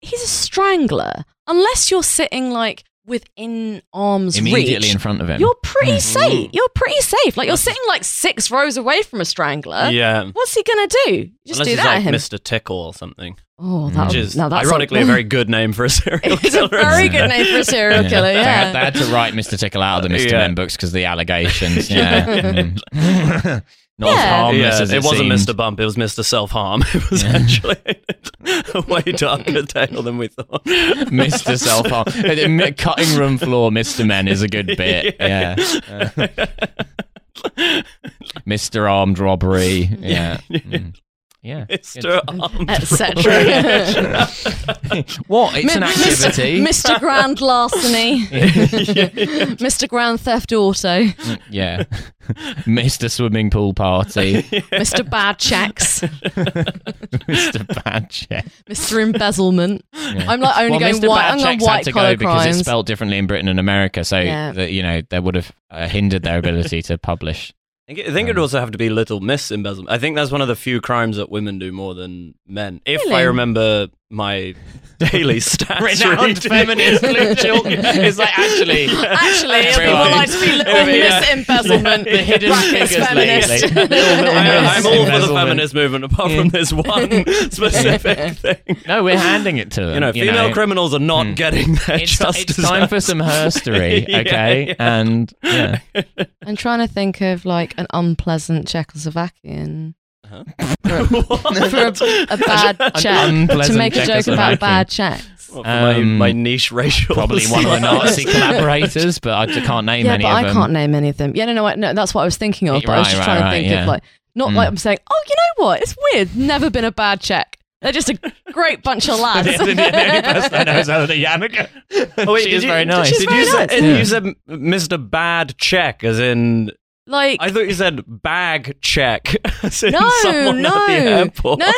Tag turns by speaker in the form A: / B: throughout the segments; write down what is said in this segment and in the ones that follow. A: he's a strangler. Unless you're sitting like within arm's
B: immediately
A: reach,
B: in front of him.
A: you're pretty
B: Mm.
C: Mm-hmm.
A: safe. You're pretty safe. Like you're sitting like six rows away from a strangler.
C: yeah.
A: What's he gonna do? Just
C: Unless
A: do
C: he's
A: that
C: like
A: at him.
C: Mr. Tickle or something,
A: oh, that would-
C: which is
A: now that's
C: ironically a very good name for a serial
A: It's a
C: killer.
A: very good name for a serial killer.
B: They had-
A: Yeah.
B: They, had, to write Mr. Tickle out of the Mr.
C: Yeah.
B: Men books because the allegations. Yeah. Mm. Not as
A: Yeah.
B: harmless
C: Yeah,
B: as
C: it,
B: it,
C: wasn't
B: seemed.
C: Mr. Bump, it was Mr. Self Harm. It was actually a way darker tale than we thought.
B: Mr. Self Harm. Cutting room floor, Mr. Men is a good bit. Yeah. Mr. Armed Robbery. Yeah. Mm. Yeah.
C: Mr. Arm.
A: Etc.
B: What? It's an
A: Mi-
B: activity.
A: Mr. Grand Larceny, Mr. Grand Theft Auto,
B: Mm, yeah. Mr. Swimming Pool Party.
A: Mr. Bad Checks,
B: Mr. Bad Check.
A: Mr. Embezzlement. I'm like only
B: well,
A: going
B: Mr.
A: white.
B: Bad
A: I'm going
B: Checks
A: white
B: had to
A: collar
B: go because
A: crimes.
B: it's spelled differently in Britain and America, so
A: Yeah.
B: that you know they would have uh, hindered their ability to publish.
C: I think- I think it'd also have to be little miss embezzlement. I think that's one of the few crimes that women do more than men. If I
A: Really?
C: remember my daily stats.
B: Renowned
C: really.
B: feminist Luke Chilton is like actually
A: Actually, if people
B: Everyone.
A: like to be little
B: Yeah.
A: Miss Embezzlement,
B: the hidden
A: brackets
B: figures
A: feminist.
B: lately. Little
C: I, I'm all for the
B: Embezzlement.
C: feminist movement, apart from this one specific thing.
B: No, we're handing it to them.
C: You know, female criminals are not
B: hmm.
C: getting their
B: It's,
C: justice.
B: it's time for some herstory,
C: Yeah,
B: okay?
C: yeah.
B: And yeah.
A: I'm trying to think of like an unpleasant Czechoslovakian.
B: Uh-huh.
A: For a, a bad check. To
B: unpleasant
A: make a joke
B: Czechoslovakian.
A: about bad checks.
C: Well, for my,
B: Um,
C: my niche racial.
B: Probably one of the
C: slurs.
B: Nazi collaborators, but I just can't name
A: Yeah,
B: any
A: but
B: of
A: I
B: them.
A: can't name any of them. Yeah, no, no, I- no that's what I was thinking of.
B: Yeah,
A: But I was
B: right,
A: just
B: right,
A: trying
B: right,
A: to think
B: yeah. Mm.
A: of like, not like I'm saying, oh, you know what? It's weird. Never been a bad check. They're just a great bunch of lads.
B: the only person I know is Elena Yannick.
C: Oh, wait,
B: she
C: did
B: is
C: you-
B: very nice.
A: She's
C: Did
A: very
C: you say,
A: nice.
B: Yeah.
C: you said Mr. Bad Check, as in
A: like,
C: I thought you said bag check. as in
A: no,
C: someone
A: no,
C: at the airport.
A: no,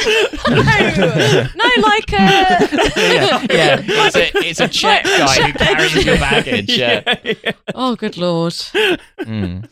A: no, no, like uh,
B: yeah, yeah. It's a, it's a Czech guy who carries your baggage. Yeah.
A: oh, good lord.
B: Mm.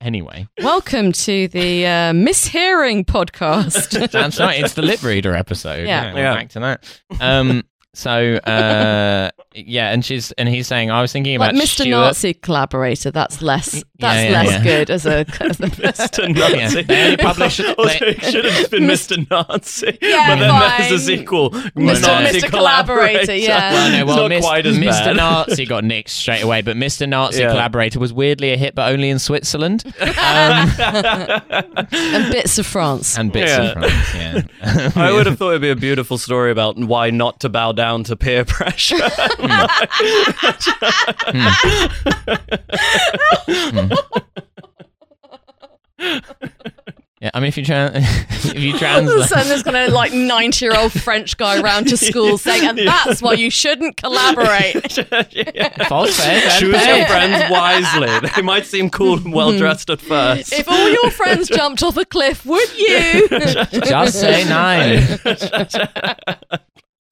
B: Anyway,
A: Welcome to the uh, Mishearing podcast.
B: that's right. It's the lip reader episode.
A: Yeah.
B: we're
C: Yeah.
B: Back to that. Um. So, uh, yeah, and she's and he's saying, I was thinking
A: like
B: about
A: Mr.
B: Stuart.
A: Nazi collaborator. That's less.
B: Yeah,
A: That's
B: yeah,
A: less
B: yeah.
A: good as a. As a
C: Mr. Nazi.
B: Yeah, they only publish-
C: Also,
B: they-
C: it should have just been Mr. Nazi.
A: Yeah,
C: but then
A: fine.
C: there's a sequel.
A: Mr.
C: Nazi
A: Mr. Collaborator, yeah.
B: Well, Oh, no,
C: It's
B: well,
C: not
B: Mis-
C: quite as
B: Mr.
C: bad.
B: Nazi got nicked straight away, but Mr. Nazi
C: Yeah.
B: collaborator was weirdly a hit, but only in Switzerland
A: and bits of France.
B: and bits
C: Yeah.
B: of France. Yeah.
C: I would have thought it'd be a beautiful story about why not to bow down to peer pressure.
B: yeah. I mean, if you tran if you
A: All of a
B: translate,
A: sudden, there's going to like 90 year old French guy round to school saying, and that's why you shouldn't collaborate.
B: false fair, fair
C: Choose
B: pay.
C: your friends wisely. They might seem cool and well dressed at first.
A: If all your friends jumped off a cliff, would you?
B: Just say nine.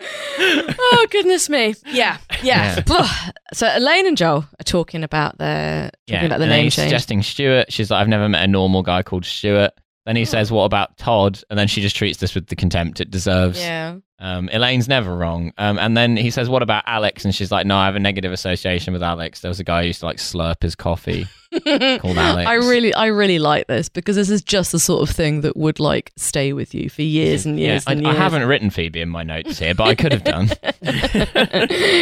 A: oh, goodness me. Yeah, yeah.
B: Yeah.
A: Blah. So Elaine and Joel are talking about their, talking about the
B: and then
A: name
B: he's
A: change.
B: suggesting Stuart. She's like, I've never met a normal guy called Stuart. Then
A: Oh.
B: he says, What about Todd? And then she just treats this with the contempt it deserves.
A: yeah.
B: Um, Elaine's never wrong. Um, and then he says, What about Alex? And she's like, No, I have a negative association with Alex. There was a guy who used to like slurp his coffee called Alex.
A: I really, I really like this because this is just the sort of thing that would like stay with you for years and
B: Yeah,
A: years
B: I,
A: and
B: I
A: years.
B: haven't written Phoebe in my notes here, but I could have done.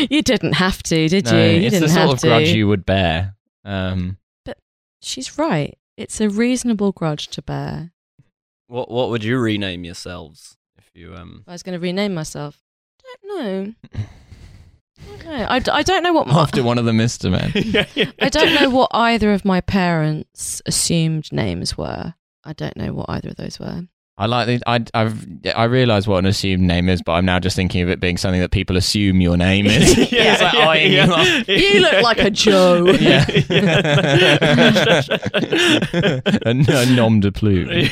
A: you didn't have to, did
B: No,
A: you? You
B: it's
A: didn't
B: the sort
A: have
B: of
A: to.
B: grudge you would bear. Um,
A: She's right. It's a reasonable grudge to bear.
C: What What would you rename yourselves if you um?
A: If I was going to rename myself. Don't know. I don't know. I, d- I don't know what my,
B: after one of the Mister Men.
A: I don't know what either of my parents' assumed names were. I don't know what either of those were.
B: I like the, I I've I realise what an assumed name is, but I'm now just thinking of it being something that people assume your name is. It's like eyeing you up.
A: You look like a Joe.
B: Yeah. a, a nom de plume.